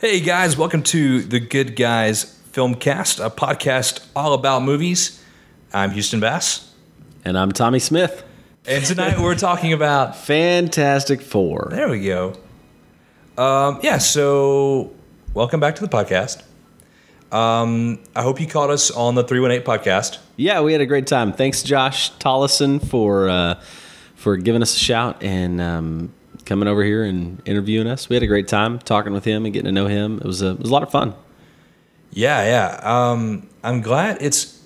Hey guys, welcome to the Good Guys Filmcast, a podcast all about movies. I'm Houston Bass, And I'm Tommy Smith. and tonight we're talking about. Fantastic Four. There we go. Um, yeah, so welcome back to the podcast. Um, I hope you caught us on the 318 podcast. Yeah, we had a great time. Thanks, Josh Tollison, for uh, for giving us a shout and um, coming over here and interviewing us. We had a great time talking with him and getting to know him. It was a, it was a lot of fun. Yeah, yeah. Um, I'm glad it's.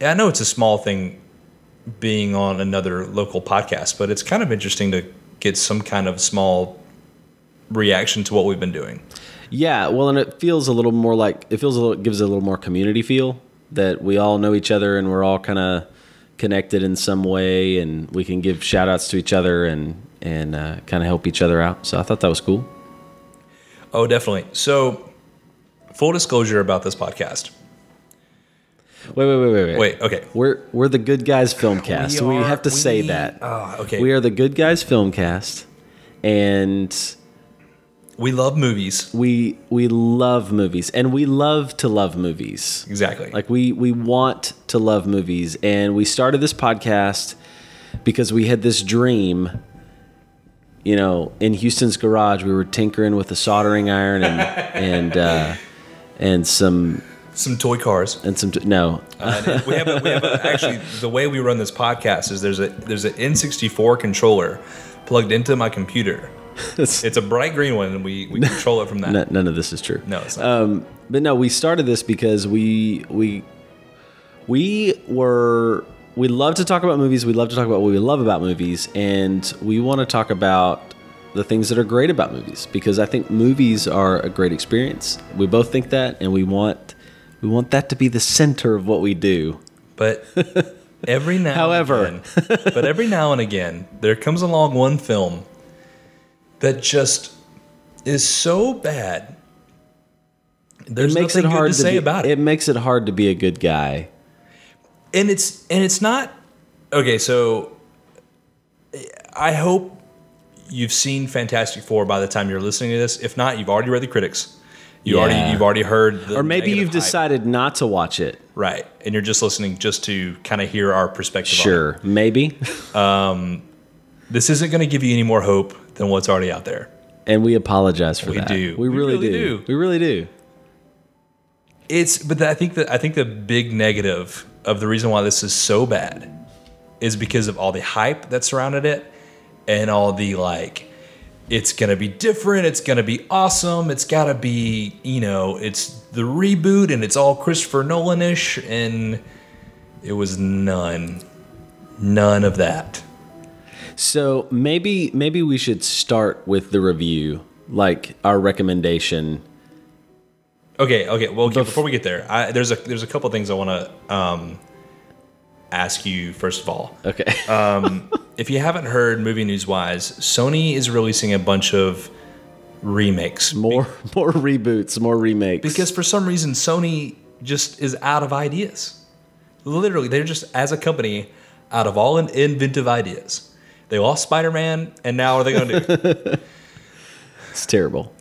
I know it's a small thing being on another local podcast, but it's kind of interesting to get some kind of small reaction to what we've been doing. Yeah, well, and it feels a little more like it feels a little gives it a little more community feel that we all know each other and we're all kind of connected in some way and we can give shout outs to each other and and uh, kind of help each other out. So I thought that was cool. Oh, definitely. So, full disclosure about this podcast. Wait, wait, wait, wait, wait. Wait, okay. We're we're the Good Guys Filmcast. We, are- have to say we- that Oh, okay. we We, are the Good Guys Filmcast, and love movies. we we love movies, and we love to love movies. Exactly. Like we we want to love movies, and we started this podcast because we had this dream. You know, in Houston's garage, we were tinkering with a soldering iron and and uh, and some some toy cars. and some no And we have, a, we have a, actually the way we run this podcast is there's a there's an N64 controller plugged into my computer. It's a bright green one, and we, we control it from that. N- none of this is true. No, it's not. Um, but no, we started this because we we we were we love to talk about movies. We love to talk about what we love about movies, and we want to talk about the things that are great about movies because I think movies are a great experience. We both think that, and we want we want that to be the center of what we do. But every now, However. and again, but every now and again, there comes along one film that just is so bad. There's It makes it nothing hard good to, say be, about it. It makes it hard to be a good guy. and it's and it's not okay. So I hope you've seen Fantastic Four by the time you're listening to this. If not, you've already read the critics. You already Yeah. you've already heard, the Or maybe negative you've hype. decided not to watch it. right, and you're just listening just to kind of hear our perspective. on it. Sure, maybe. this isn't going to give you any more hope than what's already out there. and we apologize for that. do. We, We really, really do. do. We really do. It's but I think that I think the big negative of the reason why this is so bad is because of all the hype that surrounded it and all the like it's going to be different, it's going to be awesome, it's got to be, you know, it's the reboot and it's all Christopher Nolan-ish and it was none none of that. So maybe maybe we should start with the review, like our recommendation. Okay, okay. Well, okay, before we get there, I, there's a there's a couple things I want to um, ask you first of all. Okay. If you haven't heard movie news wise, Sony is releasing a bunch of remakes more more reboots, more remakes. because for some reason Sony just is out of ideas. Literally, they're just as a company out of all in- inventive ideas. They lost Spider-Man and now what are they going to do? it's terrible.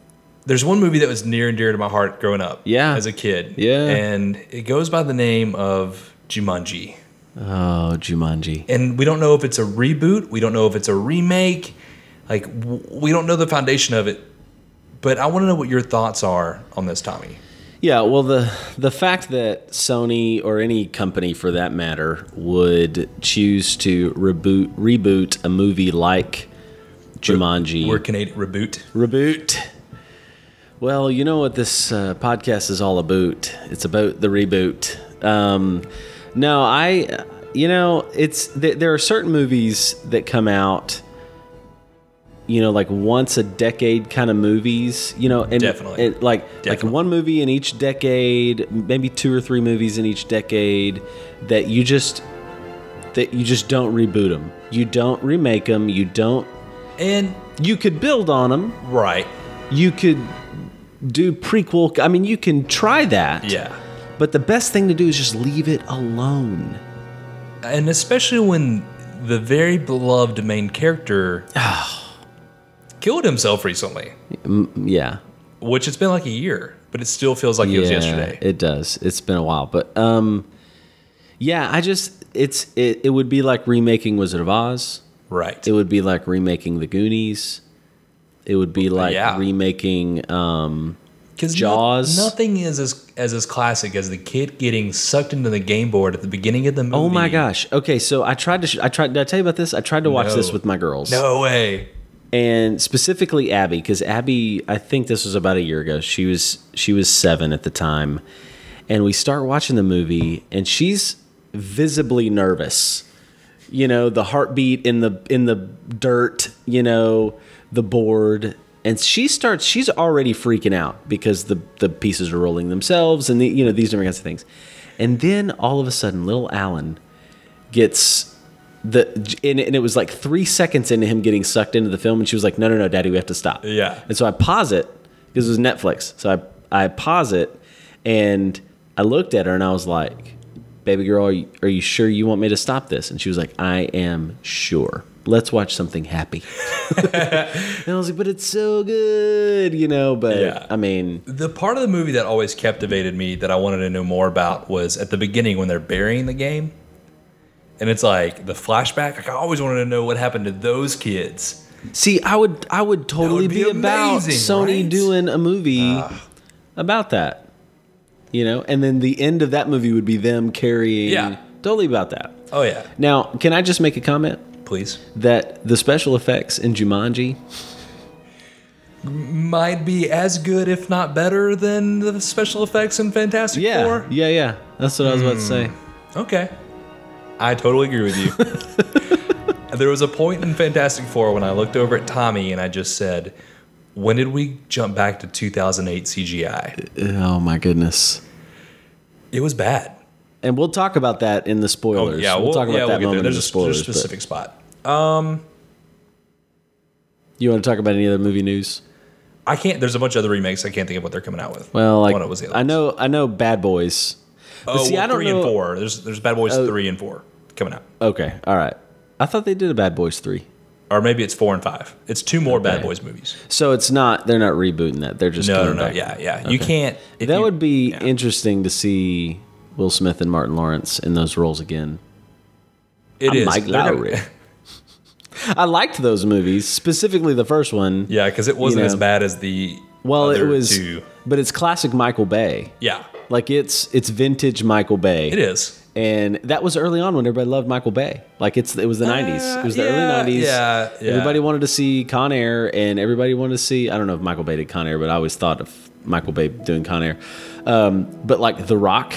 There's one movie that was near and dear to my heart growing up Yeah. as a kid. Yeah. And it goes by the name of Jumanji. Oh, Jumanji. and we don't know if it's a reboot. We don't know if it's a remake. Like w- we don't know the foundation of it. But I want to know what your thoughts are on this, Tommy. Yeah, well the the fact that Sony or any company for that matter would choose to reboot reboot a movie like Jumanji. We're Canadian reboot. Reboot. Well, you know what this uh, podcast is all about. It's about the reboot. Um, no, I, you know, it's th- there are certain movies that come out, you know, like once a decade kind of movies, you know, and Definitely. and, like Definitely. like one movie in each decade, maybe two or three movies in each decade that you just that you just don't reboot them. You don't remake them. You don't. And You could build on them right, you could do prequel. I mean, you can try that. yeah. But the best thing to do is just leave it alone. And especially when the very beloved main character killed himself recently. Yeah. which it's been like a year, but it still feels like it was yesterday. It does. It's been a while, but um, yeah, I just it's it, it would be like remaking Wizard of Oz. right. It would be like remaking The Goonies. It would be like yeah. remaking. Um, Because Jaws. nothing is as as as classic as the kid getting sucked into the game board at the beginning of the movie. oh my gosh! Okay, so I tried to. Sh- I tried. Did I tell you about this? I tried to watch No. this with my girls. No way. and specifically Abby, because Abby, I think this was about a year ago. She was she was seven at the time, and we start watching the movie, and she's visibly nervous. You know, the heartbeat in the in the dirt. You know, the board, and she starts. She's already freaking out because the the pieces are rolling themselves, and the, you know these different kinds of things. And then all of a sudden, little Alan gets the and, and it was like three seconds into him getting sucked into the film, and she was like, "No, no, no, Daddy, we have to stop." Yeah. And so I pause it because it was Netflix. So I I pause it, and I looked at her and I was like, "Baby girl, are you, are you sure you want me to stop this?" And she was like, "I am sure. Let's watch something happy." and I was like, "But it's so good, you know." But Yeah. I mean, The part of the movie that always captivated me that I wanted to know more about was at the beginning when they're burying the game. And it's like the flashback. Like I always wanted to know what happened to those kids. See, I would I would totally would be be, about amazing, Sony right? Ah. doing a movie about that. You know, and then the end of that movie would be them carrying Yeah. totally about that. Oh yeah, Now, can I just make a comment please. that the special effects in Jumanji Might be as good, if not better, than the special effects in Fantastic Yeah. Four. Yeah, yeah. That's what I was about to say. Okay. I totally agree with you. there was a point in Fantastic Four when I looked over at Tommy and I just said, when did we jump back to 2008 CGI? Oh my goodness. It was bad. And we'll talk about that in the spoilers. Oh, yeah, we'll, we'll, talk about yeah, we'll get that there. moment in There's, the a- there's spoilers. a but specific spot. you want to talk about any other movie news? I can't. There's a bunch of other remakes. I can't think of what they're coming out with. Well, like One of it was the other I know I know Bad Boys. But Oh, see, well, I don't three know. Oh. and four. There's there's Bad Boys three and four coming out, Okay, all right. I thought they did a Bad Boys 3. or maybe it's four and five. It's two more Bad Okay. Boys movies. So it's not they're not rebooting that. They're just No, no, coming no. back. Yeah, yeah. You can't. if That you- would be yeah. interesting to see Will Smith and Martin Lawrence in those roles again. It I'm is. Mike They're never- Lowry. I liked those movies, specifically the first one. Yeah, because it wasn't know. as bad as the Well, it other was two. but it's classic Michael Bay. Yeah, Like it's it's vintage Michael Bay. it is. And that was early on when everybody loved Michael Bay. Like it's it was the 90s. It was the Uh, yeah, early 90s. yeah, yeah. Everybody wanted to see Con Air and everybody wanted to see I don't know if Michael Bay did Con Air, but I always thought of Michael Bay doing Con Air. Um, but like The Rock.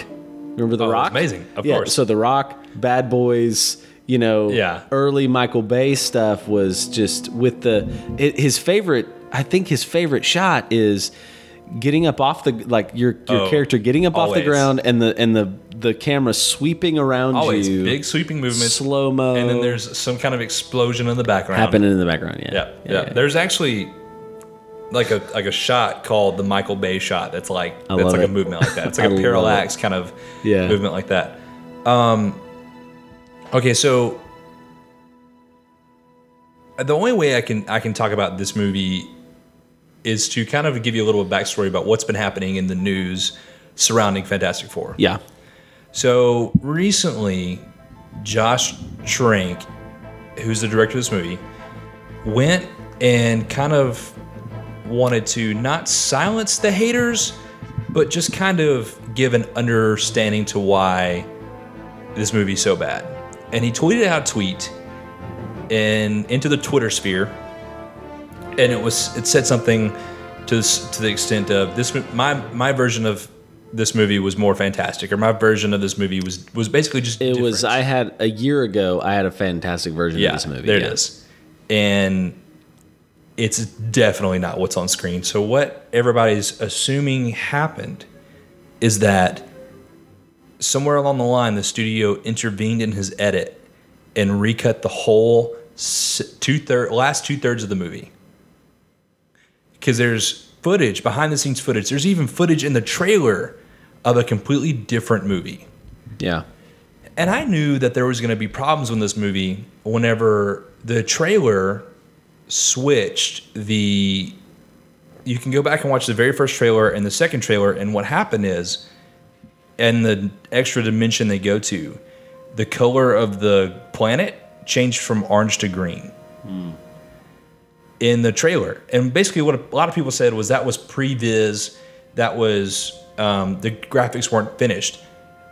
Remember The Oh, it was Rock? amazing, of yeah, course. So The Rock, Bad Boys, you know, Yeah. early Michael Bay stuff was just with the i- his favorite I think his favorite shot is getting up off the like your your Oh, character getting up off always. the ground and the and the the camera sweeping around Always you, big sweeping movements, slow mo, and then there's some kind of explosion in the background. happening in the background. Yeah, Yeah, yeah. There's actually like a like a shot called the Michael Bay shot. That's like I that's love like a it. movement like that. It's I like a love parallax kind of Yeah. movement like that. Um, okay, so the only way I can I can talk about this movie is to kind of give you a little backstory about what's been happening in the news surrounding Fantastic Four. yeah. So recently, Josh Trank, who's the director of this movie, went and kind of wanted to not silence the haters, but just kind of give an understanding to why this movie's so bad. And he tweeted out a tweet and into the Twitter sphere, and it was it said something to s- to the extent of this mo- my my version of this movie was more fantastic, or my version of this movie was was basically just It was. different. I had a year ago. I had a fantastic version yeah of this movie. there yeah. it is, and it's definitely not what's on screen. So what everybody's assuming happened is that somewhere along the line the studio intervened in his edit and recut the whole two third last two thirds of the movie because there's footage behind the scenes footage. There's even footage in the trailer of a completely different movie Yeah. and I knew that there was going to be problems with this movie whenever the trailer switched the you can go back and watch the very first trailer and the second trailer, and what happened is, and the extra dimension they go to, the color of the planet changed from orange to green in the trailer. And basically, what a lot of people said was that was previs, that was um, the graphics weren't finished.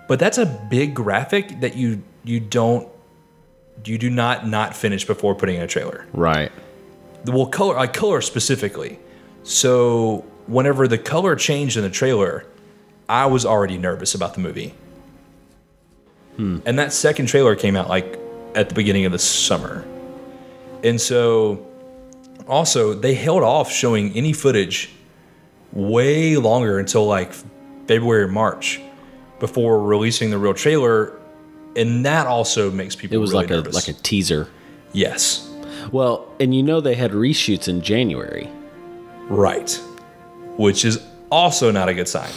But that's a big graphic that you you don't you do not not finish before putting in a trailer Right. the- well color like color specifically so whenever the color changed in the trailer i was already nervous about the movie Hmm. and that second trailer came out like at the beginning of the summer and so also they held off showing any footage way longer until like february or march before releasing the real trailer and that also makes people It was really like nervous. a like a teaser. yes Well, and you know they had reshoots in January. Right. Which is also not a good sign.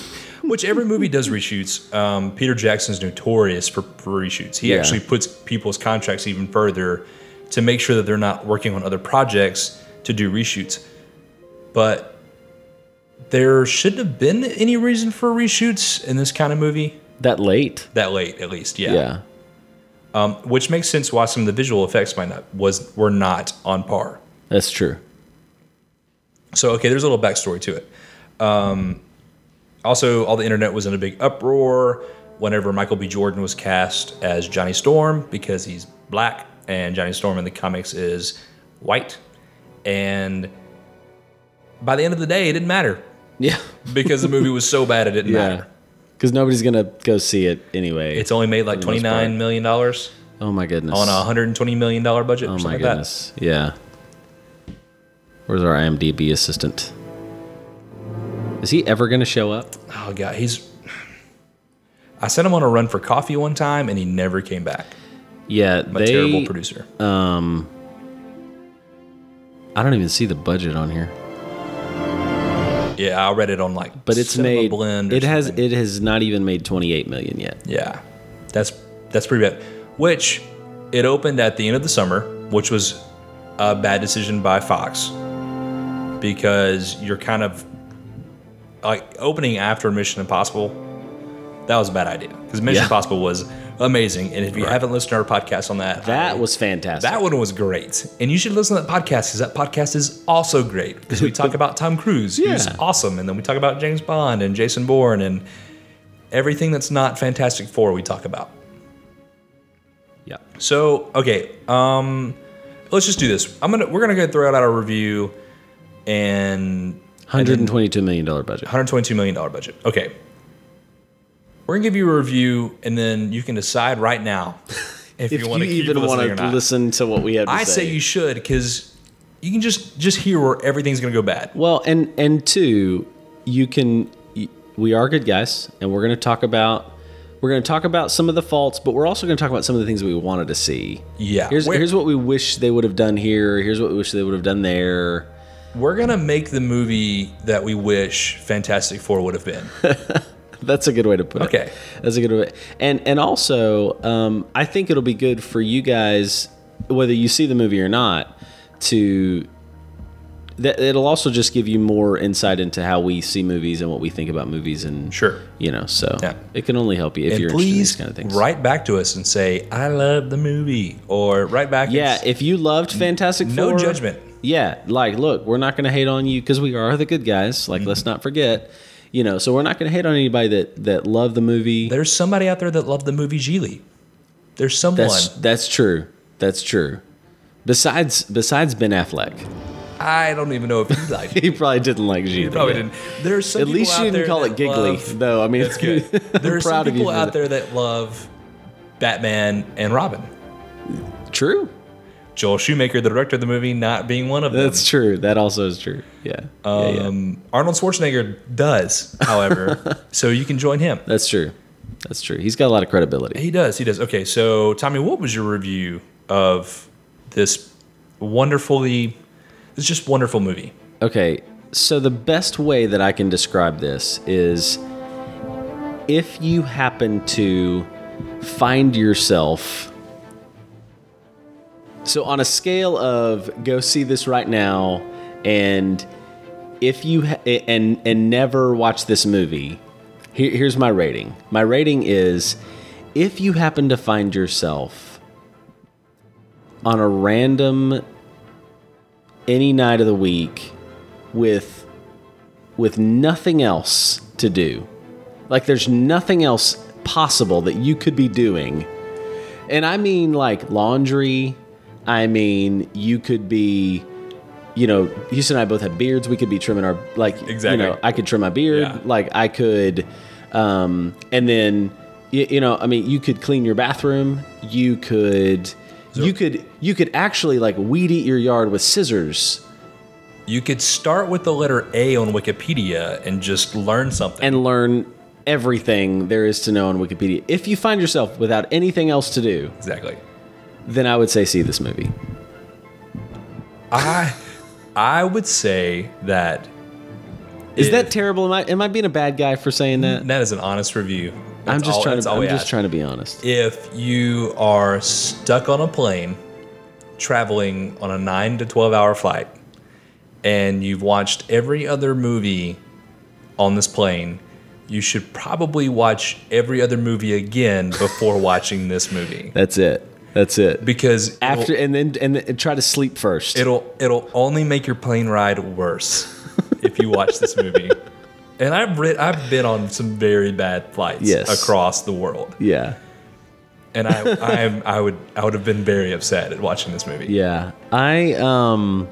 Which every movie does reshoots. Um, Peter Jackson's notorious for, for reshoots. He Yeah. actually puts people's contracts even further to make sure that they're not working on other projects to do reshoots. But there shouldn't have been any reason for reshoots in this kind of movie That late. that late, at least. Yeah. Yeah. Um, which makes sense why some of the visual effects might not was were not on par. That's true. So okay, there's a little backstory to it. Um, also, all the internet was in a big uproar whenever Michael B. Jordan was cast as Johnny Storm because he's black and Johnny Storm in the comics is white. And by the end of the day, it didn't matter Yeah. because the movie was so bad it didn't Yeah. matter. Because nobody's gonna go see it anyway. It's only made like the twenty most nine million dollars oh my goodness. on a hundred and twenty million dollar budget. oh or my something like that. goodness. Yeah. Where's our IMDb assistant? Is he ever gonna show up? Oh god, he's. I sent him on a run for coffee one time, and he never came back. Yeah. I'm a they. terrible producer. Um. I don't even see the budget on here. Yeah, I read it on like, But it's Cinema made. Blend. or it has. something. It has not even made 28 million yet. yeah, that's that's pretty bad. Which it opened at the end of the summer, which was a bad decision by Fox because you're kind of like opening after Mission Impossible. That was a bad idea because Mission Yeah. Impossible was amazing, and if you haven't listened to our podcast on that, That was fantastic. that one was great, and you should listen to that podcast because that podcast is also great because we talk about Tom Cruise, who's Yeah. awesome, and then we talk about James Bond and Jason Bourne and everything that's not Fantastic Four. We talk about. yeah. So okay, um, let's just do this. I'm gonna we're gonna go throw out our review, and 122 million dollar budget. 122 million dollar budget. Okay, we're gonna give you a review, and then you can decide right now if, If you you, want to even want to listen to what we have to I say say you should because you can just just hear where everything's gonna go bad. Well, and and two, you can. y- We are good guys, and we're going to talk about we're going to talk about some of the faults, but we're also going to talk about some of the things that we wanted to see. Yeah, Here's we're, here's what we wish they would have done here. Here's what we wish they would have done there. we're gonna make the movie that we wish Fantastic Four would have been. That's a good way to put it. Okay. That's a good way. And and also, um, I think it'll be good for you guys, whether you see the movie or not, to that it'll also just give you more insight into how we see movies and what we think about movies and Sure. You know, so Yeah. it can only help you if And you're please interested in these kind of things. write back to us and say I love the movie, or write back. and Yeah, s- if you loved Fantastic no Four, judgment. Yeah, like look, we're not going to hate on you because we are the good guys. Like, Mm-hmm. let's not forget, you know. So we're not going to hate on anybody that that loved the movie. There's somebody out there that loved the movie Geely. There's someone. That's that's true. That's true. Besides besides Ben Affleck, I don't even know if you liked. it. he probably didn't like Gita. You probably didn't. There's some At people least out you there didn't call that it giggly, love- though. I mean, That's good. I'm There's some proud of you people for out that. there that love Batman and Robin. True. Joel Schumacher, the director of the movie, not being one of them. That's true. That also is true. Yeah. Yeah, yeah. um, Arnold Schwarzenegger does, however, so you can join him. That's true. That's true. He's got a lot of credibility. He does. He does. Okay, so Tommy, what was your review of this wonderfully? It's just wonderful movie. Okay. So the best way that I can describe this is if you happen to find yourself so on a scale of go see this right now and if you ha- and and never watch this movie, here, here's my rating. My rating is if you happen to find yourself on a random any night of the week with with nothing else to do. Like there's nothing else possible that you could be doing. And I mean like laundry, I mean you could be you know, Houston and I both have beards. We could be trimming our like Exactly. you know, I could trim my beard, Yeah. like I could um and then you, you know, I mean you could clean your bathroom, you could you could you could actually like weed eat your yard with scissors You could start with the letter A on Wikipedia and just learn something. and learn everything there is to know on Wikipedia. If you find yourself without anything else to do, exactly. then I would say see this movie. I I would say that Is If- that terrible? Am I am I being a bad guy for saying that? that is an honest review. I'm That's just all- trying that's to all I'm we just ask. trying to be honest. if you are stuck on a plane traveling on a 9 to 12 hour flight and you've watched every other movie on this plane you should probably watch every other movie again before watching this movie That's it. That's it. because After and then and then try to sleep first. it'll it'll only make your plane ride worse if you watch this movie and i've read i've been on some very bad flights Yes. across the world yeah. and i I'm, i would i would have been very upset at watching this movie Yeah. I um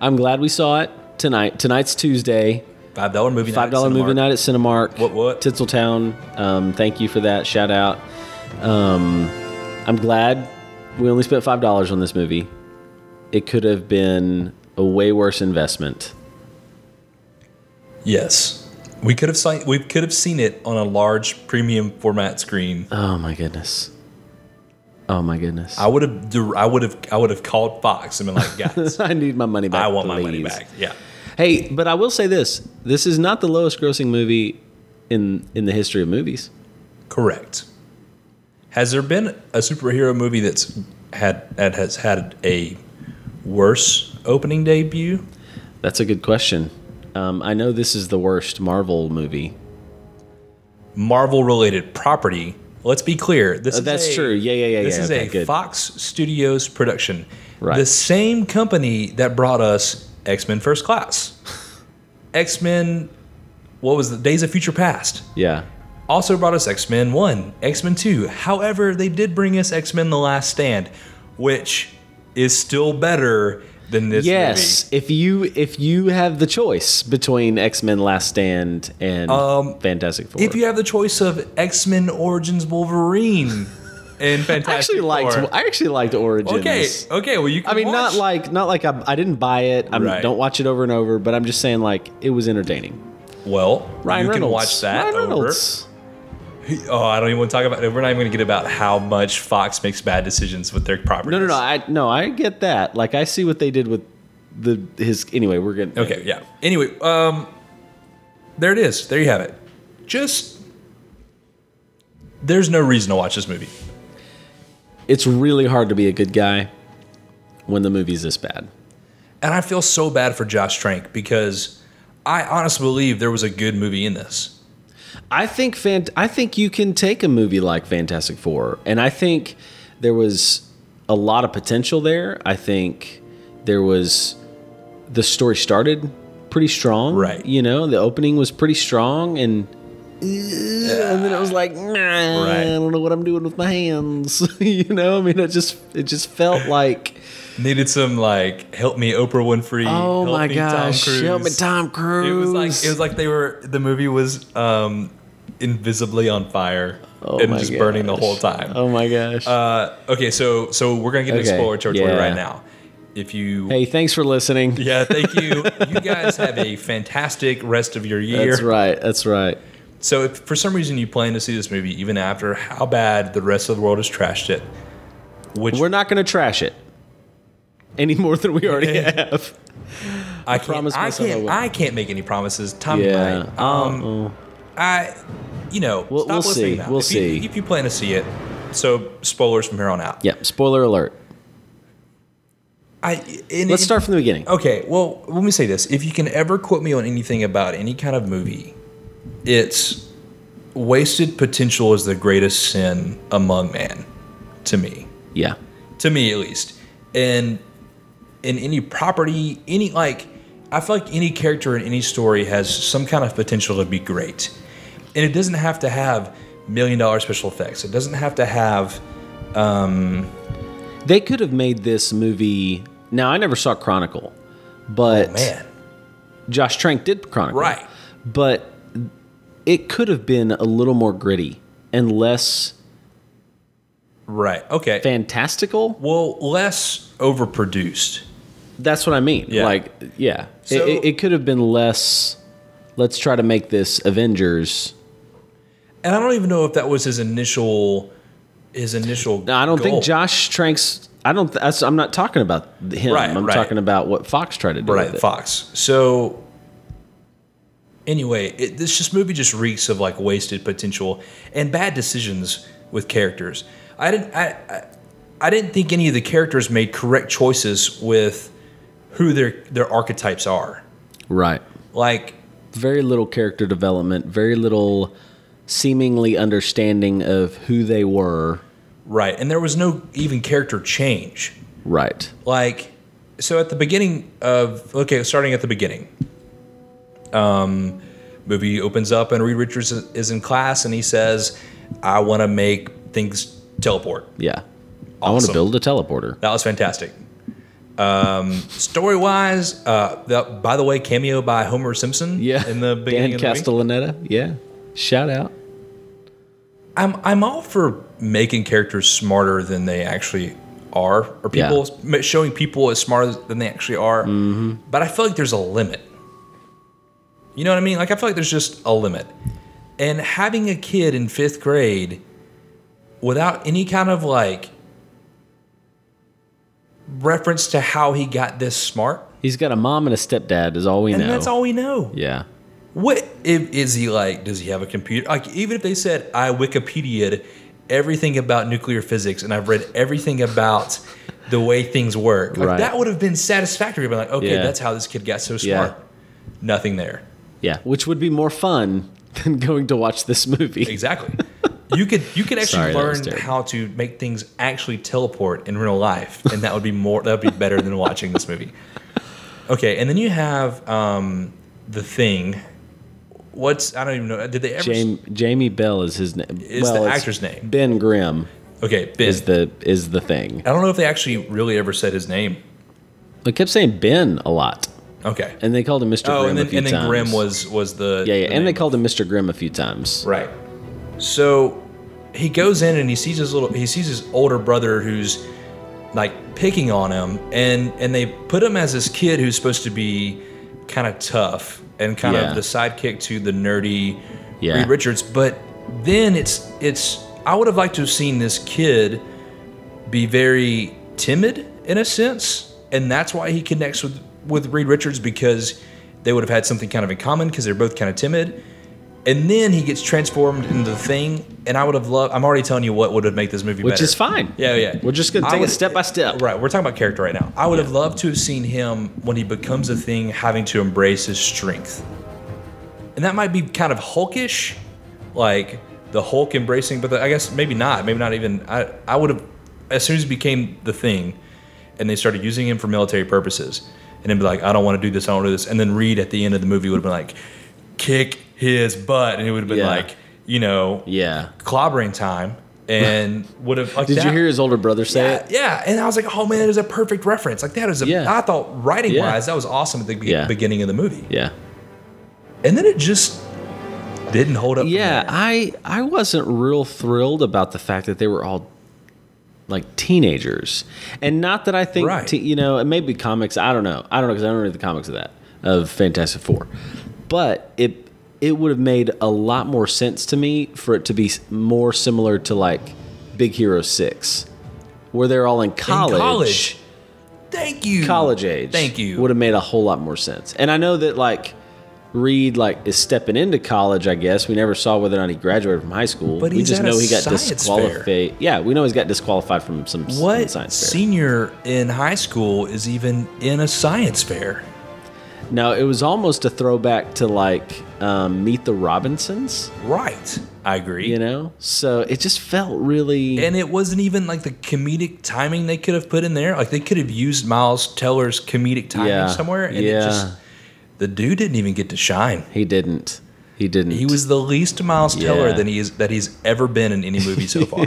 I'm glad we saw it tonight. Tonight's Tuesday. Five dollar movie. Five dollar night, movie Cinemark. night at Cinemark. What, what? Tinseltown. Um, thank you for that shout out. Um, I'm glad we only spent five dollars on this movie. It could have been a way worse investment. Yes, we could have seen we could have seen it on a large premium format screen. Oh my goodness. Oh my goodness. I I, would have dir- I would have I would have called Fox and been like, guys, need my money back. I want my money please. back. Yeah, Hey, but I will say this: this is not the lowest grossing movie in in the history of movies. correct. Has there been a superhero movie that's had that has had a worse opening debut? That's a good question. Um, I know this is the worst Marvel movie. Marvel related property. Let's be clear. This is Uh, that's a- true. Yeah, yeah, yeah, This yeah. is Okay, a good. Fox Studios production. Right. The same company that brought us X Men First Class, X Men, what was the Days of Future Past, Yeah. also brought us X Men One, X Men Two. However, they did bring us X Men: The Last Stand, which is still better than this yes if you if you have the choice between x-men last stand and fantastic four movie. Um, If you have the choice of X Men Origins Wolverine and Fantastic i actually liked Four. i actually liked origins Okay. Okay. Well, you. Can i mean not watch- like not like I, I didn't buy it i Right. don't watch it over and over but i'm just saying like it was entertaining Well, ryan you reynolds can watch that ryan over. reynolds Oh, I don't even want to talk about it. We're not even going to get about how much Fox makes bad decisions with their properties. no no no i no i get that like i see what they did with the his anyway we're getting Okay, yeah. Anyway, um, there it is. There you have it. Just there's no reason to watch this movie. it's really hard to be a good guy when the movie's this bad And I feel so bad for Josh Trank because I honestly believe there was a good movie in this. I think fan- I think you can take a movie like Fantastic Four, and I think there was a lot of potential there. I think there was the story started pretty strong, Right. You know, the opening was pretty strong, and and then it was like, nah, I don't know what I'm doing with my hands. you know, I mean, it just it just felt like, Needed some like help me Oprah Winfrey. oh help my me, gosh, Tom Cruise. help me, Tom Cruise. It was like it was like they were the movie was um, invisibly on fire Oh and my just burning the gosh. whole time. Oh my gosh. Uh, okay, so so we're gonna get Okay, exploratory territory yeah. right now. If you hey, thanks for listening. yeah, thank you. you guys have a fantastic rest of your year. That's right. That's right. So if for some reason you plan to see this movie, even after how bad the rest of the world has trashed it, which We're not going to trash it any more than we already have. I can't, promise I myself I can't, will. I can't make any promises. Tommy Yeah. Oh, might. Um, I, you know, We'll- stop we'll listening see. now. We'll if you- see. if you plan to see it. So spoilers from here on out. Yeah. Spoiler alert. I and Let's it- start from the beginning. Okay, well, let me say this. If you can ever quote me on anything about any kind of movie, it's wasted potential is the greatest sin among man to me. Yeah. To me at least. And in any property, any like I feel like any character in any story has some kind of potential to be great. And it doesn't have to have million dollar special effects. It doesn't have to have They could have made this movie. Now, I never saw Chronicle, but Oh, man. Josh Trank did Chronicle. Right. But it could have been a little more gritty and less Right. Okay. fantastical. well, less overproduced. That's what I mean. Yeah. Like, yeah. It- So- it, it could have been less. Let's try to make this Avengers. And I don't even know if that was his initial his initial. No, I don't goal. think Josh Trank's. I don't. That's, I'm not talking about him. Right, I'm right. talking about what Fox tried to do. right with it. Fox. So anyway, it, this just movie just reeks of like wasted potential and bad decisions with characters. I didn't I, I I didn't think any of the characters made correct choices with who their their archetypes are. Right. Like Very little character development. Very little seemingly understanding of who they were. right, and there was no even character change. Right. like so at the beginning of okay starting at the beginning um movie opens up and reed richards is- is in class and he says i want to make things teleport Yeah. I want to Awesome. build a teleporter. that was fantastic um story wise uh the, by the way cameo by homer simpson Yeah. in the beginning Dan of the movie. Castellaneta. Yeah. Shout out. I'm I'm all for making characters smarter than they actually are, or people ma- showing people as smarter than they actually are. But I feel like there's a limit. You know what I mean? Like I feel like there's just a limit. And having a kid in fifth grade without any kind of like reference to how he got this smart, He's got a mom and a stepdad. Is all we and know. that's all we know. Yeah. What if, is he like? Does he have a computer? Like, even if they said I Wikipedia'd everything about nuclear physics and I've read everything about the way things work, like, Right. that would have been satisfactory. But like, okay, Yeah. that's how this kid got so Yeah. smart. Nothing there. Yeah. Which would be more fun than going to watch this movie. Exactly. you could you could actually Sorry, that was learn terrible. how to make things actually teleport in real life, and that would be more that would be better than watching this movie. Okay, and then you have um, the thing. What's I don't even know. Did they ever? Jamie, Jamie Bell is his name. Is the actor's name. Ben Grimm Okay, Ben. is the is the thing. I don't know if they actually really ever said his name. I kept saying Ben a lot, Okay. and they called him Mr. oh, Grimm and a then few and then times. Grimm was was the yeah, yeah, the and they name. called him Mr. Grimm a few times. right. So he goes in and he sees his little he sees his older brother who's like picking on him and and they put him as this kid who's supposed to be kind of tough and kind Yeah. of the sidekick to the nerdy Yeah. Reed Richards but then it's it's I would have liked to have seen this kid be very timid in a sense and that's why he connects with with Reed Richards because they would have had something kind of in common because they're both kind of timid and then he gets transformed into the thing and I would have loved I'm already telling you what would have made this movie Which better is fine. yeah, yeah. We're just gonna I take it would- step by step. Right. We're talking about character right now. I would have loved to have seen him when he becomes a thing, having to embrace his strength, and that might be kind of Hulkish, like the Hulk embracing. But the, I guess maybe not. Maybe not even. I I would have as soon as he became the thing, and they started using him for military purposes, and then be like, I don't want to do this. I don't want to do this. And then Reed at the end of the movie would have been like, kick his butt, and it would have been Yeah. like, you know, Yeah. clobbering time. And would have like Did that, you hear his older brother say yeah, it? yeah. And I was like, oh man, it is a perfect reference. Like that is a. I Yeah. thought writing Yeah. wise, that was awesome at the be- Yeah. beginning of the movie, Yeah. and then it just didn't hold up. from Yeah, there. I I wasn't real thrilled about the fact that they were all like teenagers, and not that I think Right. te- you know, and maybe comics. I don't know. I don't know because I don't read the comics of that of Fantastic Four, but it it would have made a lot more sense to me for it to be s- more similar to like Big Hero Six, where they're all in In college. college. Thank you. college age. Thank you. Would have made a whole lot more sense. And I know that like Reed like is stepping into college, I guess. We never saw whether or not he graduated from high school. But we he's just at a know he got science disqualified. Yeah, we know he's got disqualified from some s- What science fair. senior in high school is even in a science fair? Now it was almost a throwback to like um, Meet the Robinsons, Right. I agree. you know. So it just felt really. And it wasn't even like the comedic timing they could have put in there. Like they could have used Miles Teller's comedic timing Yeah, somewhere. And yeah. it just, the dude didn't even get to shine. he didn't. He didn't. He was the least Miles Teller Yeah. than he is, that he's ever been in any movie so far.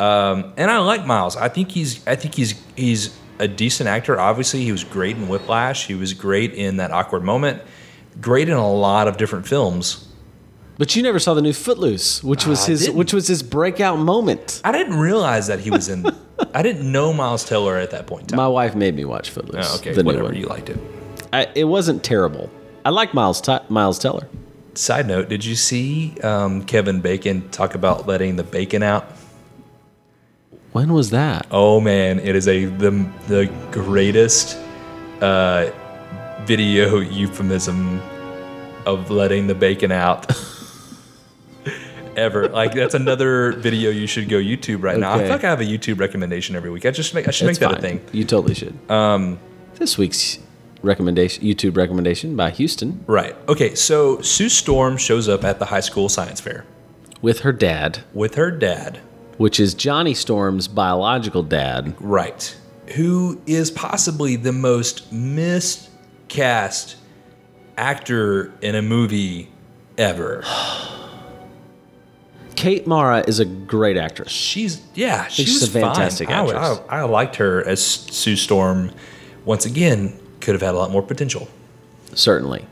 um, and I like Miles. I think he's I think he's he's a decent actor. Obviously, he was great in Whiplash. He was great in that awkward moment. Great in a lot of different films. But you never saw the new Footloose, which was I his, didn't. which was his breakout moment. I didn't realize that he was in. I didn't know Miles Teller at that point in time. My wife made me watch Footloose. Oh, okay, the new whatever. one. You liked it. I, it wasn't terrible. I like Miles T- Miles Teller. Side note: Did you see um, Kevin Bacon talk about letting the bacon out? When was that? Oh man, it is a the the greatest uh, video euphemism of letting the bacon out ever. Like that's another video you should go YouTube right now. I Okay. feel like I have a YouTube recommendation every week. I just make I should It's make that fine. a thing. You totally should. Um, this week's recommendation, YouTube recommendation by Houston Right. Okay. So Sue Storm shows up at the high school science fair with her dad, with her dad. which is Johnny Storm's biological dad. Right. Who is possibly the most miscast actor in a movie ever. Kate Mara is a great actress. She's yeah, she She's was a fantastic fine. I would- actress. I, I liked her as Sue Storm. Once again, could have had a lot more potential. Certainly.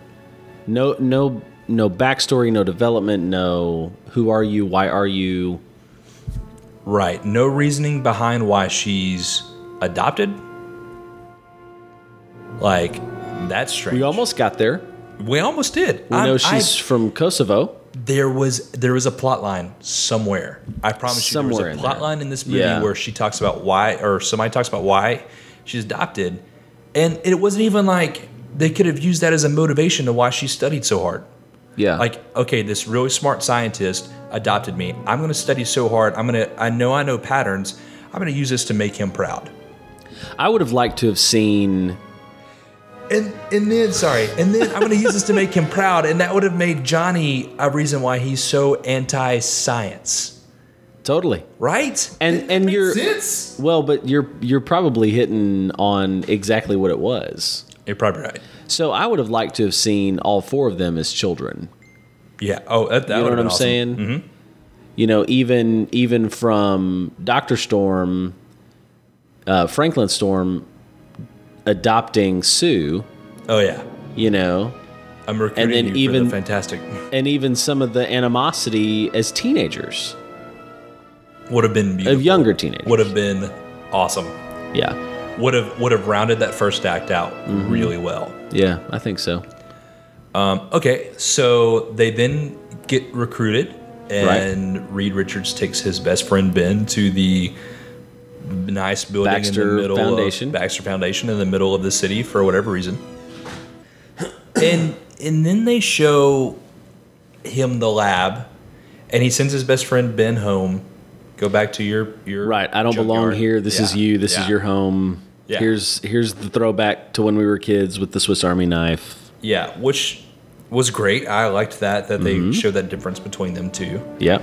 No, no, no backstory, no development, no who are you, why are you, Right. No reasoning behind why she's adopted. Like that's strange. We almost got there. we almost did. We know she's from Kosovo. there was there was a plot line somewhere. I promise you, there Somewhere was in a plot there. line in this movie Yeah. where she talks about why, or somebody talks about why she's adopted, and it wasn't even like they could have used that as a motivation to why she studied so hard. Yeah. Like, okay, this really smart scientist adopted me. I'm going to study so hard. I'm going to. I know I know patterns. I'm going to use this to make him proud. I would have liked to have seen. And and then sorry, and then I'm going to use this to make him proud, and that would have made Johnny a reason why he's so anti-science. Totally. right? And and you're Sense. well, but you're you're probably hitting on exactly what it was. You're probably right. So I would have liked to have seen all four of them as children. Yeah. Oh, that, that You would've know what been I'm awesome. saying? Mm-hmm. You know, even even from Doctor Storm, uh, Franklin Storm adopting Sue. Oh yeah. You know, I'm recruiting then you for even- the fantastic. and even some of the animosity as teenagers, Would have been of beautiful. younger teenagers. Would have been awesome. Yeah, Would have would have rounded that first act out Mm-hmm. really well. yeah, I think so. Um, okay, so they then get recruited, and Reed Richards takes his best friend Ben to the nice building in Baxter the middle Foundation. of Baxter Foundation in the middle of the city for whatever reason. and and then they show him the lab, and he sends his best friend Ben home. Go back to your your Right. I don't belong junkyard." here. This is Yeah, you. This yeah. is your home. Yeah. Here's here's the throwback to when we were kids with the Swiss Army knife. yeah, which was great. I liked that that they Mm-hmm. showed that difference between them two. Yeah.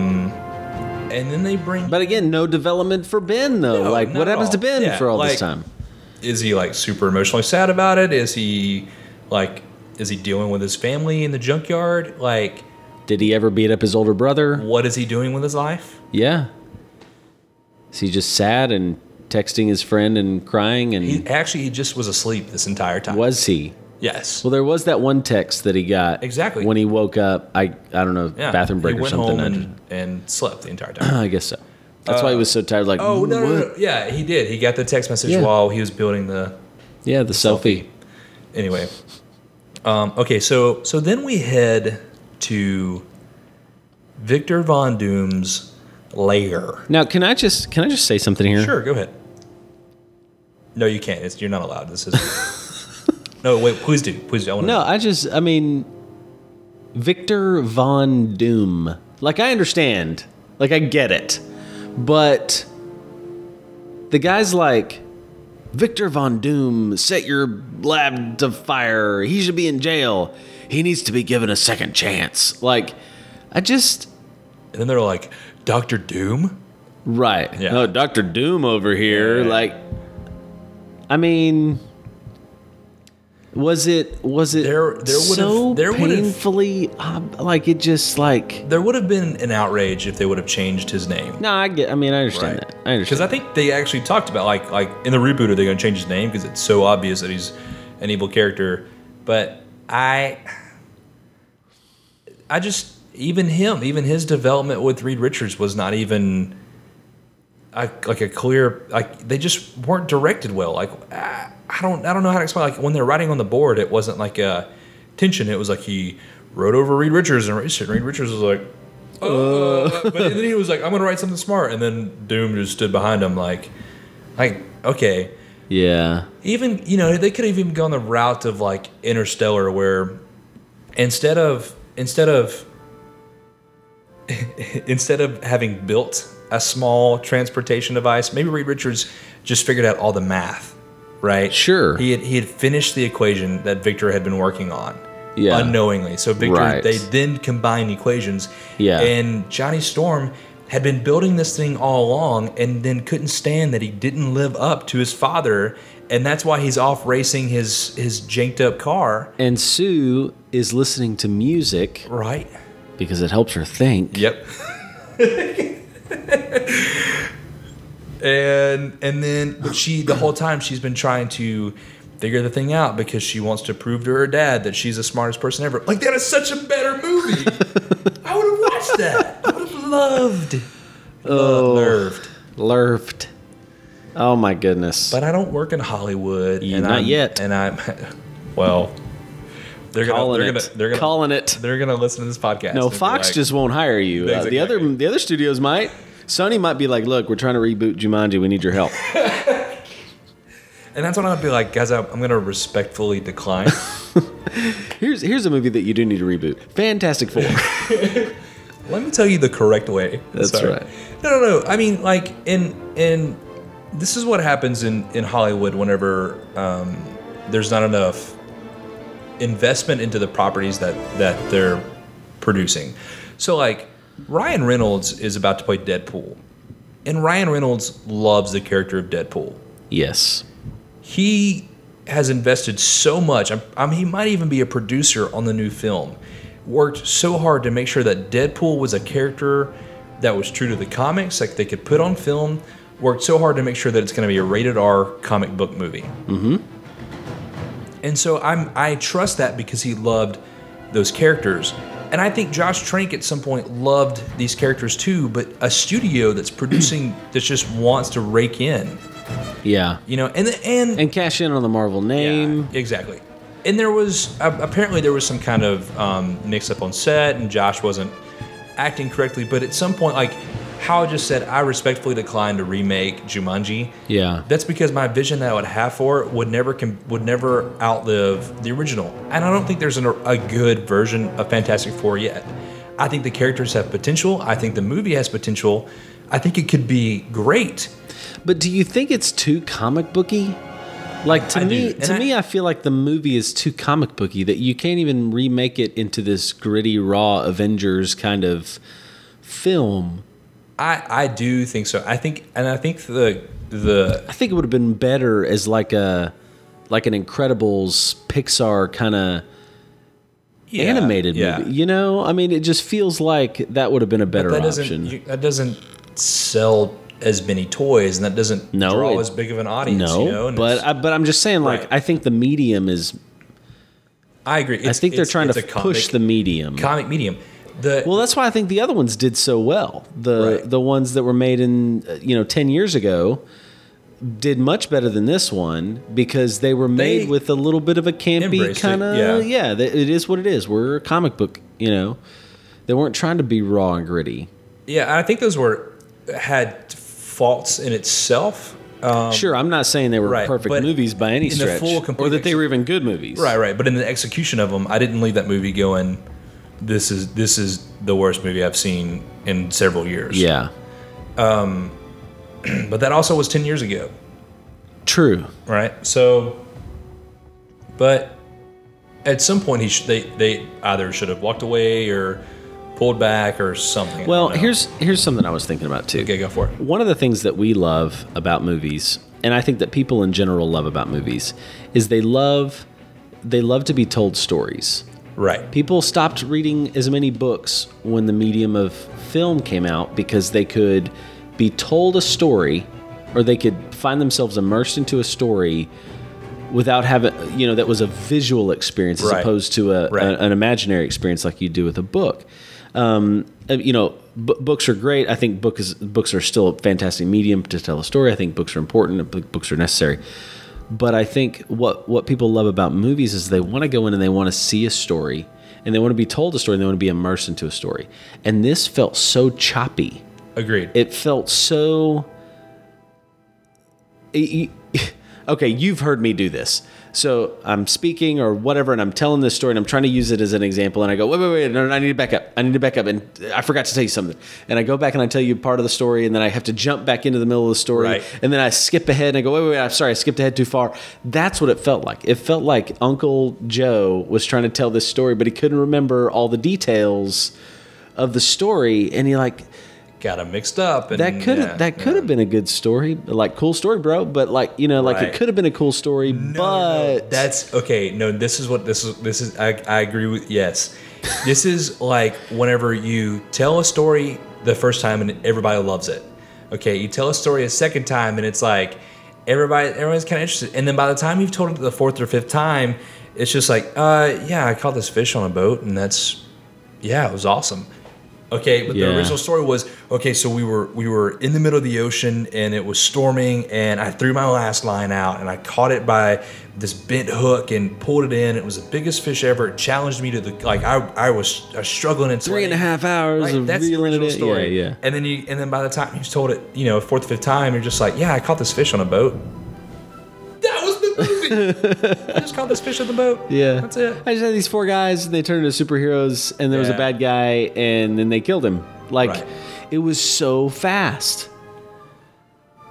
And then they bring But again, no development for Ben though. No, like not what at happens to all. Ben Yeah, for all like- this time? is he like super emotionally sad about it? Is he like is he dealing with his family in the junkyard? Like Did he ever beat up his older brother? what is he doing with his life? Yeah. Is he just sad and texting his friend and crying and He actually he just was asleep this entire time. was he? Yes. Well, there was that one text that he got Exactly. when he woke up. I I don't know Yeah. bathroom break he or went something. Home I, and, and slept the entire time. I guess so. That's why he was so tired. Like oh no, no, no, what? no. yeah, he did. He got the text message Yeah. while he was building the yeah, the selfie. anyway. Um, okay, so so then we head to Victor Von Doom's lair. Now, can I just can I just say something here? Sure, go ahead. No, you can't. It's, you're not allowed. This is No, wait, please do. Please do. I wanna No, I just, I mean, Victor Von Doom. Like, I understand. Like, I get it. But the guy's like, Victor Von Doom set your lab to fire. He should be in jail. He needs to be given a second chance. Like, I just. And then they're like, Doctor Doom? Right. Yeah. No, Doctor Doom over here. Yeah. Like, I mean, was it was it There- there would've- so there would've- painfully ob- like it just like There would have been an outrage if they would have changed his name. no I get I mean I understand that I Because understand I think they actually talked about like like in the reboot are they going to change his name because it's so obvious that he's an evil character. But I, I just even him, even his development with Reed Richards was not even. I, like a clear like they just weren't directed well like I, I don't i don't know how to explain like when they're writing on the board it wasn't like a tension it was like he wrote over reed richards and reed Reed richards was like uh. but then he was like i'm gonna write something smart and then doom just stood behind him like like okay yeah even you know they could have even gone the route of like interstellar where instead of instead of instead of having built a small transportation device maybe reed richards just figured out all the math right Sure. he had, he had finished the equation that victor had been working on Yeah. unknowingly so victor Right. they then combined equations Yeah. and johnny storm had been building this thing all along and then couldn't stand that he didn't live up to his father and that's why he's off racing his his janked up car and Sue is listening to music right because it helps her think Yep. and and then but she the whole time she's been trying to figure the thing out because she wants to prove to her dad that she's the smartest person ever. Like that is such a better movie. I would have watched that. I would have loved. Oh. Nerved. Lurfed. Oh my goodness But I don't work in Hollywood. You- and not I'm, yet. And I'm well. They're gonna, calling they're it gonna they're gonna calling it they're gonna listen to this podcast. No, and be Fox like, just won't hire you. Uh, the Exactly. other the other studios might. Sony might be like, look, we're trying to reboot Jumanji. We need your help. and that's when I'd be like, guys, I'm, I'm gonna respectfully decline. Here's here's a movie that you do need to reboot. Fantastic Four. Let me tell you the correct way. That's right. No, no, no. I mean, like in in this is what happens in in Hollywood whenever um, there's not enough investment into the properties that that they're producing. So like Ryan Reynolds is about to play Deadpool, and Ryan Reynolds loves the character of Deadpool yes. he has invested so much. I'm, I'm, he might even be a producer on the new film. Worked so hard to make sure that Deadpool was a character that was true to the comics, like they could put on film. Worked so hard to make sure that it's going to be a rated R comic book movie. Mm-hmm. And so I'm I trust that because he loved those characters. And I think Josh Trank at some point loved these characters too, but a studio that's producing that just wants to rake in, Yeah. you know, and and And cash in on the Marvel name. yeah, exactly. And there was uh, apparently there was some kind of um, mix up on set, and Josh wasn't acting correctly. But at some point, like Howell just said, I respectfully decline to remake Jumanji. Yeah. That's because my vision that I would have for it would never com- would never outlive the original, and I don't think there's an, a good version of Fantastic Four yet. I think the characters have potential. I think the movie has potential. I think it could be great. But do you think it's too comic booky? Like to I do. me, to And I- me, I feel like the movie is too comic booky that you can't even remake it into this gritty, raw Avengers kind of film. I I do think so. I think, and I think the the I think it would have been better as like a like an Incredibles Pixar kind of Yeah, animated yeah. movie. You know, I mean, it just feels like that would have been a better That doesn't option. you, that doesn't sell as many toys, and that doesn't No, draw it- as big of an audience. no, you know? and but it's- I, but I'm just saying, like, Right. I think the medium is. I agree. I think they're trying to push the medium. comic medium. The well, that's why I think the other ones did so well. The Right. the ones that were made in uh, you know ten years ago did much better than this one because they were made They with a little bit of a campy embraced it, kind of yeah. yeah. th it is what it is. We're a comic book, you know. They weren't trying to be raw and gritty. yeah, I think those were had faults in itself, sure, I'm not saying they were Um, right, perfect but movies by any in the stretch, full, or complete that they ex- were even good movies. Right, right. But in the execution of them, I didn't leave that movie going. This is this is the worst movie I've seen in several years. Yeah. But that also was ten years ago, True. right? So, but at some point, he sh- they they either should have walked away or pulled back or something. I don't Well, know. here's here's something I was thinking about too. okay, go for it. One of the things that we love about movies, and I think that people in general love about movies, is they love they love to be told stories. Right. People stopped reading as many books when the medium of film came out because they could be told a story or they could find themselves immersed into a story without having you know that was a visual experience as Right. opposed to a, Right. a- an imaginary experience like you do with a book um, uh, you know b- books are great i think book is, books are still a fantastic medium to tell a story i think books are important and book- books are necessary but i think what what people love about movies is they want to go in and they want to see a story and they want to be told a story and they want to be immersed into a story and this felt so choppy Agreed. it felt so y- y- okay you've heard me do this so i'm speaking or whatever and i'm telling this story and i'm trying to use it as an example and i go wait wait wait no, no i need to back up i need to back up and i forgot to tell you something and i go back and i tell you part of the story and then i have to jump back into the middle of the story Right. and then i skip ahead and i go wait wait wait i'm sorry i skipped ahead too far that's what it felt like it felt like uncle joe was trying to tell this story but he couldn't remember all the details of the story and he like Got them mixed up. And that could have Mm, yeah, that could have been a good story, like cool story, bro. But like you know, like Right. it could have been a cool story, no, but that's okay. No, this is what this is. This is. I, I agree with. Yes, this is like whenever you tell a story the first time and everybody loves it. Okay, you tell a story a second time and it's like everybody, everyone's kind of interested. And then by the time you've told it the fourth or fifth time, it's just like, uh, yeah, I caught this fish on a boat, and that's, yeah, it was awesome. Okay, but Yeah. the original story was okay. So we were we were in the middle of the ocean and it was storming, and I threw my last line out and I caught it by this bent hook and pulled it in. It was the biggest fish ever. It challenged me to the like I I was, I was struggling and three and a half hours Right, of that's the reeling it original in. story. Yeah, yeah. And then you and then by the time you've told it, you know, fourth fifth time, you're just like, yeah, I caught this fish on a boat. That was the movie. I just caught this fish on the boat. Yeah, that's it. I just had these four guys, and they turned into superheroes, and there was a Yeah. bad guy, and then they killed him. Like, Right. it was so fast.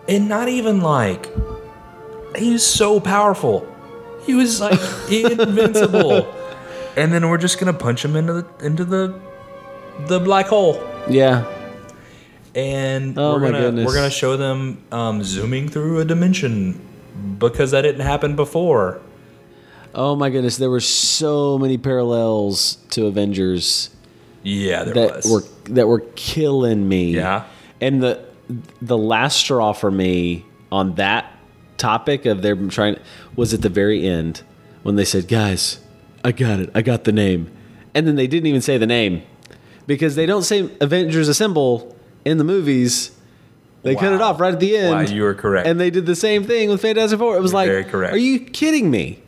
and not even like he was so powerful. He was like invincible. And then we're just gonna punch him into the into the the black hole. Yeah, And Oh we're my gonna goodness. we're gonna show them um, zooming through a dimension because that didn't happen before. oh my goodness, there were so many parallels to Avengers. Yeah, there that was. were that were killing me. Yeah. And the the last straw for me on that topic of them trying was at the very end when they said, "Guys, I got it. I got the name," and then they didn't even say the name because they don't say Avengers Assemble in the movies. They cut Wow. it off right at the end. Wow, you were correct. And they did the same thing with Fantastic Four. It was You're like, very correct. are you kidding me?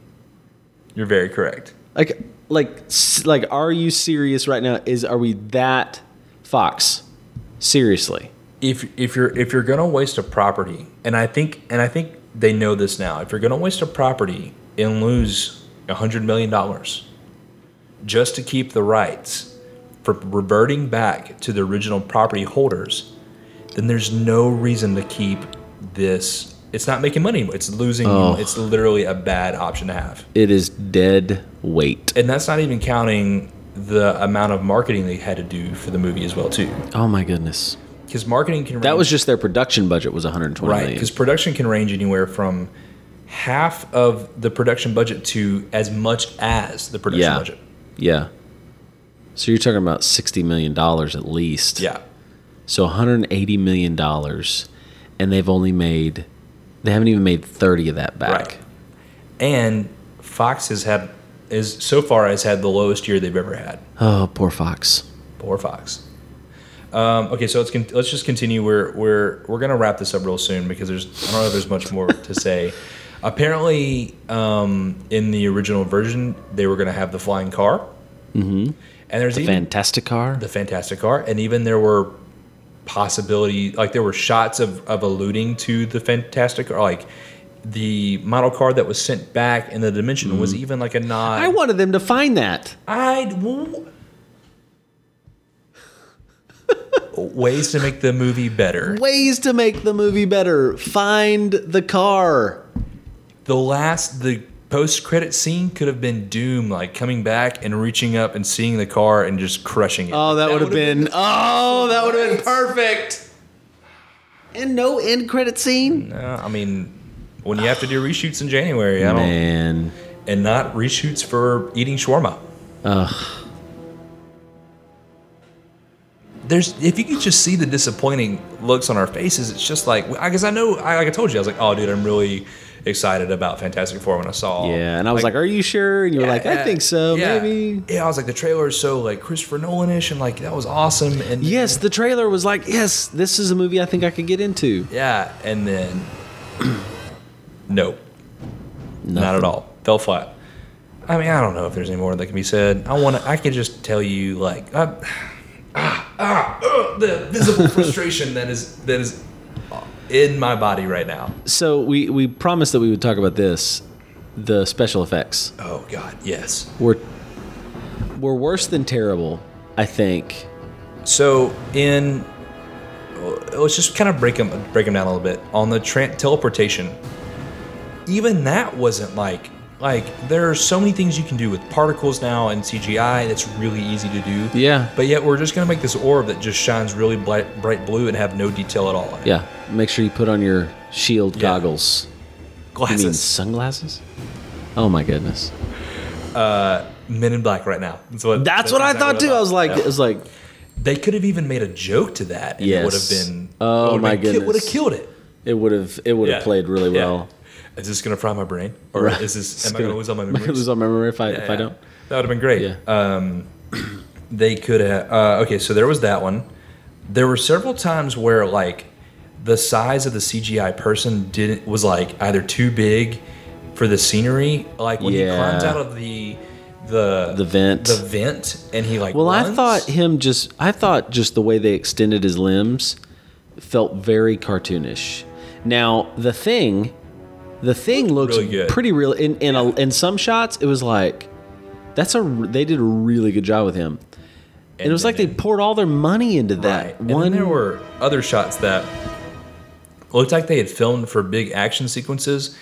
You're very correct. Like, like, s- like, are you serious right now? Is are we that Fox? Seriously? if if you're if you're gonna waste a property, and I think and I think they know this now. If you're gonna waste a property and lose hundred million dollars just to keep the rights for reverting back to the original property holders, then there's no reason to keep this. It's not making money. It's losing. It's literally a bad option to have, It is dead weight. and that's not even counting the amount of marketing they had to do for the movie as well too. Oh my goodness! Because marketing can That range- was just their production budget was 120 Right, million. because production can range anywhere from half of the production budget to as much as the production Yeah. budget. Yeah. So you're talking about 60 million dollars at least. Yeah, So 180 million dollars, and they've only made, they haven't even made 30 of that back. right. And Fox has had is so far has had the lowest year they've ever had. Oh, poor Fox. Poor Fox. Um, okay, so let's con- let's just continue. We're we're we're gonna wrap this up real soon because there's I don't know if there's much more to say. Apparently, um, in the original version, they were gonna have the flying car, mm-hmm. and there's even Fantastic car. the Fantastic Car, and even there were possibility. Like there were shots of, of alluding to the Fantastic, or like the model card that was sent back in the dimension was even like a nod. I wanted them to find that. Mm-hmm. I w- ways to make the movie better. Ways to make the movie better. Find the car. The last the post credit scene could have been Doom like coming back and reaching up and seeing the car and just crushing it. Oh, that, would have would've been, Oh, that would have been perfect. And no end credit scene. Uh, I mean, when you have to do reshoots in January, I don't Man. and not reshoots for eating shawarma. There's if you could just see the disappointing looks on our faces, it's just like because I know I, like I told you I was like, oh dude, I'm really excited about Fantastic Four when I saw. Yeah, and I was like, "Are you sure?" And you were like, "I yeah, think so, yeah. maybe." Yeah, I was like, the trailer is so like Christopher Nolan-ish, and like that was awesome. And Yes, the trailer was like, "Yes, this is a movie I think I could get into." yeah, and then nope, not at all, fell flat. I mean, I don't know if there's any more that can be said. I want to. I could just tell you like I, ah, ah, ugh, the visible frustration that is that is in my body right now. So we we promised that we would talk about this, the special effects. Oh God, yes. We're we're worse than terrible, I think. So in let's just kind of break them break them down a little bit on the tra- teleportation. Even that wasn't like like there are so many things you can do with particles now and CGI that's really easy to do. Yeah. But yet we're just gonna make this orb that just shines really bright, bright blue and have no detail at all. Yeah, make sure you put on your shield Yeah. goggles. I mean, Glasses. sunglasses. Oh my goodness, Men in Black right now. That's what. that's what I exactly thought too. I was like, Yeah. it was like, they could have even made a joke to that. And It would have Yes. been. Oh, my It would have goodness. killed it. it would have it would have Yeah. played really Yeah. well. Is this gonna fry my brain, or Right. is this? It's Am I gonna lose all my memories? lose all my memory if I if I Yeah. don't. That would have been great. Yeah. Um, they could have. Uh, okay, so there was that one. There were several times where like the size of the CGI person didn't was like either too big for the scenery. Like when he Yeah. climbs out of the the The vent. the vent, and he like. Well, I runs. thought him just I thought just the way they extended his limbs felt very cartoonish. Now, the thing the thing looks really good. pretty real in in, a, in some shots it was like that's a r- they did a really good job with him. And, it was then like they poured all their money into that And one then there were other shots that looked like they had filmed for big action sequences,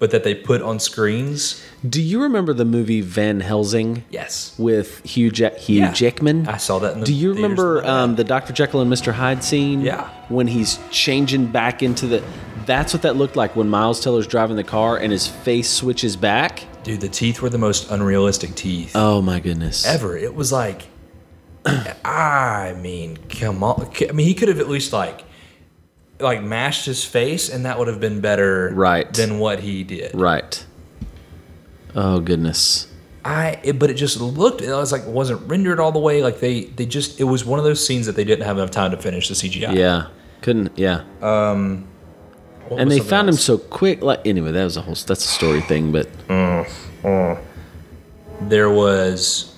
but that they put on screens. Do you remember the movie Van Helsing Yes. with Hugh Jack Hugh Yeah. Jackman? I saw that in the Do you theaters remember the other um, the Dr. Jekyll and Mr. Hyde scene? Yeah. When he's changing back into the. That's what that looked like when Miles Teller's driving the car and his face switches back. Dude, the teeth were the most unrealistic teeth Oh my goodness. ever. It was like, I mean, come on. I mean, he could have at least like, like mashed his face, and that would have been better, Right. than what he did. Right. Oh goodness. I, it, but it just looked. It was like it wasn't rendered all the way. Like they, they just. It was one of those scenes that they didn't have enough time to finish the CGI. Yeah. Couldn't. Yeah. What and was they something found him else? so quick. Like anyway, that was a whole. That's a story thing. But Uh, there was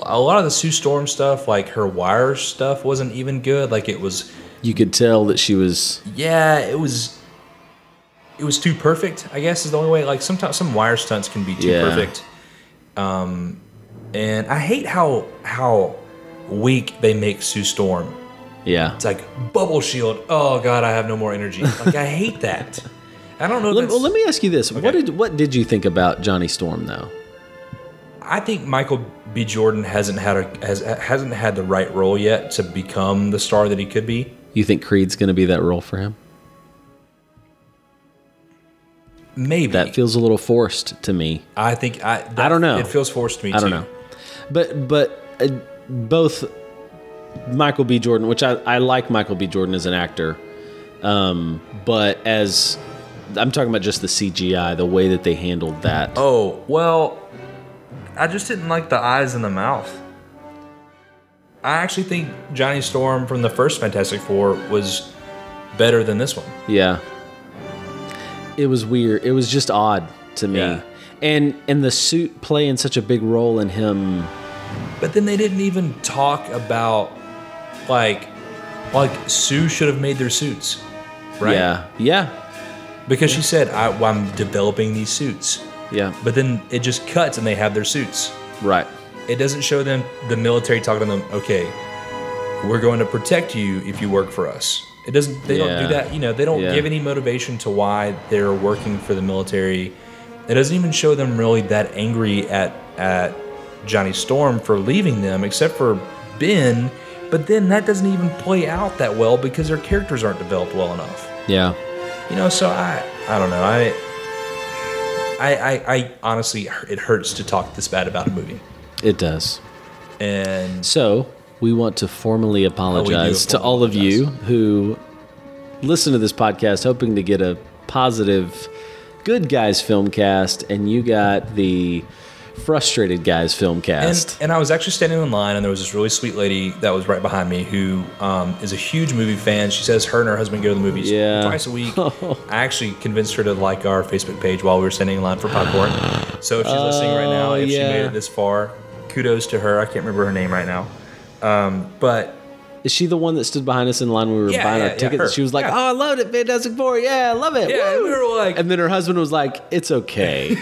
a lot of the Sue Storm stuff, like her wire stuff, wasn't even good. Like it was, you could tell that she was. yeah, it was, it was too perfect. I guess is the only way. Like sometimes some wire stunts can be too Yeah. perfect. Um, and I hate how how weak they make Sue Storm. Yeah. It's like bubble shield. Oh God, I have no more energy. Like I hate that. I don't know. if Let, that's- well, let me ask you this: What Okay. did what did you think about Johnny Storm though? I think Michael B. Jordan hasn't had a has hasn't had the right role yet to become the star that he could be. You think Creed's going to be that role for him? Maybe That feels a little forced to me. I think I. that- I don't know. It feels forced to me. I don't too. know, but but uh, both Michael B. Jordan, which I, I like Michael B. Jordan as an actor, um, but as I'm talking about just the CGI, the way that they handled that. Oh well, I just didn't like the eyes and the mouth. I actually think Johnny Storm from the first Fantastic Four was better than this one. Yeah, it was weird. It was just odd to me, Yeah. and and the suit playing such a big role in him. But then they didn't even talk about like Like Sue should have made their suits, right? Yeah. Yeah. Because she said, I, well, "I'm developing these suits," Yeah. but then it just cuts and they have their suits. Right. It doesn't show them the military talking to them. Okay, we're going to protect you if you work for us. It doesn't. They don't Yeah. do that. You know, they don't Yeah. give any motivation to why they're working for the military. It doesn't even show them really that angry at at Johnny Storm for leaving them, except for Ben. But then that doesn't even play out that well because their characters aren't developed well enough Yeah. you know so i i don't know i i i, I honestly it hurts to talk this bad about a movie It does. and So we want to formally apologize to formally all of you Oh, apologize. who listen to this podcast hoping to get a positive good guys film cast and you got the frustrated guys film and, cast. and i was actually standing in line and there was this really sweet lady that was right behind me who um, is a huge movie fan she says her and her husband go to the movies Yeah. twice a week i actually convinced her to like our facebook page while we were standing in line for popcorn so if she's listening right now Oh, if she made yeah. it this far kudos to her i can't remember her name right now um, but Is she the one that stood behind us in line when we were Yeah, buying yeah, our yeah, tickets? her. she was like, Yeah. "Oh, I loved it, Fantastic Four. Yeah, I love it." yeah Woo!" we were like And then her husband was like, "It's okay."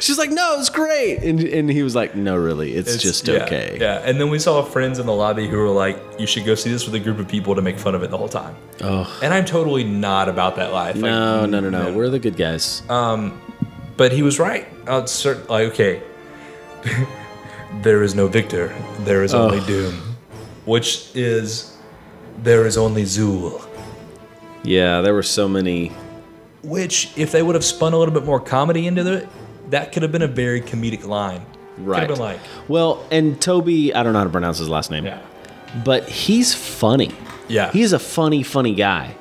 She's like, "No, it's great," and and he was like, "No, really, it's, It's- just yeah, okay." Yeah, and then we saw friends in the lobby who were like, "You should go see this with a group of people to make fun of it the whole time." Oh And I'm totally not about that life. like, no, no, no, no, We're the good guys. but he was right. I'll cert- like, okay, there is no Victor. There is only Doom, which is there is only Zool. yeah, there were so many. Which, if they would have spun a little bit more comedy into it, that could have been a very comedic line. Right. Could have been like, Well, and Toby, I don't know how to pronounce his last name, yeah, but he's funny. yeah, He's a funny, funny guy.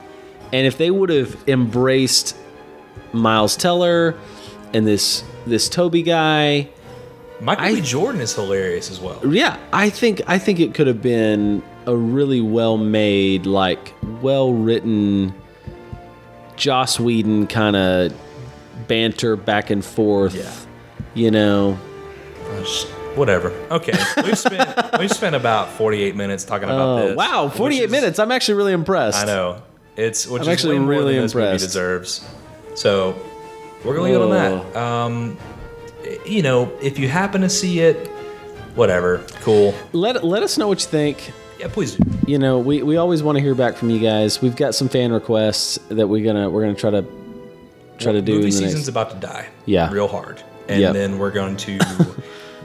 And if they would have embraced Miles Teller and this this Toby guy, Michael I- B. Jordan is hilarious as well. yeah, I think I think it could have been a really well made, like well written Joss Whedon kind of banter back and forth. Yeah. You know. Just- Whatever. Okay, we've spent we've spent about forty eight minutes talking about Oh, this. wow, which 48 is- minutes. I'm actually really impressed. I know it's which I'm is actually way more really than this movie impressed. deserves. So we're gonna leave it on Oh. that. Um, y- you know, if you happen to see it, whatever, cool. Let let us know what you think. Yeah, please. do. You know, we, we always want to hear back from you guys. We've got some fan requests that we're gonna we're gonna try to try to do in Movie the season's next. about to die. Yeah. real hard, and Yep. then we're going to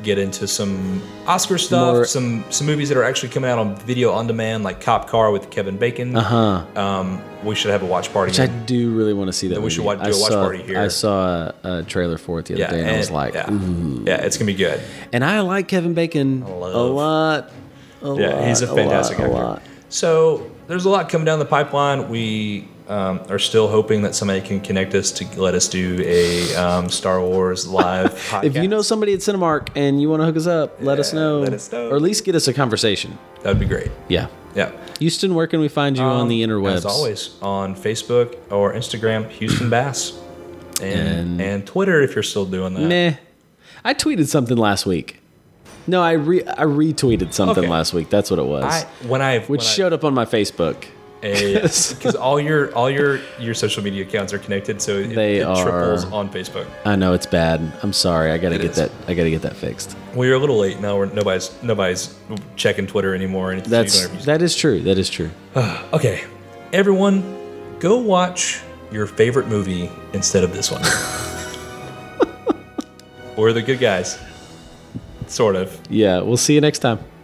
get into some Oscar stuff, More- some some movies that are actually coming out on video on demand, like Cop Car with Kevin Bacon. Uh huh. Um, we should have a watch party. Which I do really want to see that. we should movie. wa- do I a watch saw- party here. I saw a, a trailer for it the other day, and, I was like, yeah, "Ooh." yeah, it's gonna be good. and I like Kevin Bacon a love- lot. A Yeah, lot, he's a fantastic a lot, actor. A lot. So there's a lot coming down the pipeline. We um, are still hoping that somebody can connect us to let us do a um, Star Wars live. podcast. If you know somebody at Cinemark and you want to hook us up, let us Yeah, know. let us know. Or at least get us a conversation. that'd be great. Yeah. Yeah. Houston, where can we find you on the Um, interwebs? As always, on Facebook or Instagram, Houston Bass, and, And- and Twitter if you're still doing that. Meh. I tweeted something last week. No, I re- I retweeted something Okay. last week. That's what it was. I when I which showed up on my Facebook. because all your all your your social media accounts are connected, so it, They it triples are. on Facebook. I know it's bad. I'm sorry. I gotta It get is. that. I gotta get that fixed. We are a little late now. We're, nobody's nobody's checking Twitter anymore. or anything, so you That's don't have to- that is true. That is true. okay. Everyone, go watch your favorite movie instead of this one. We're the good guys, sort of. Yeah. We'll see you next time.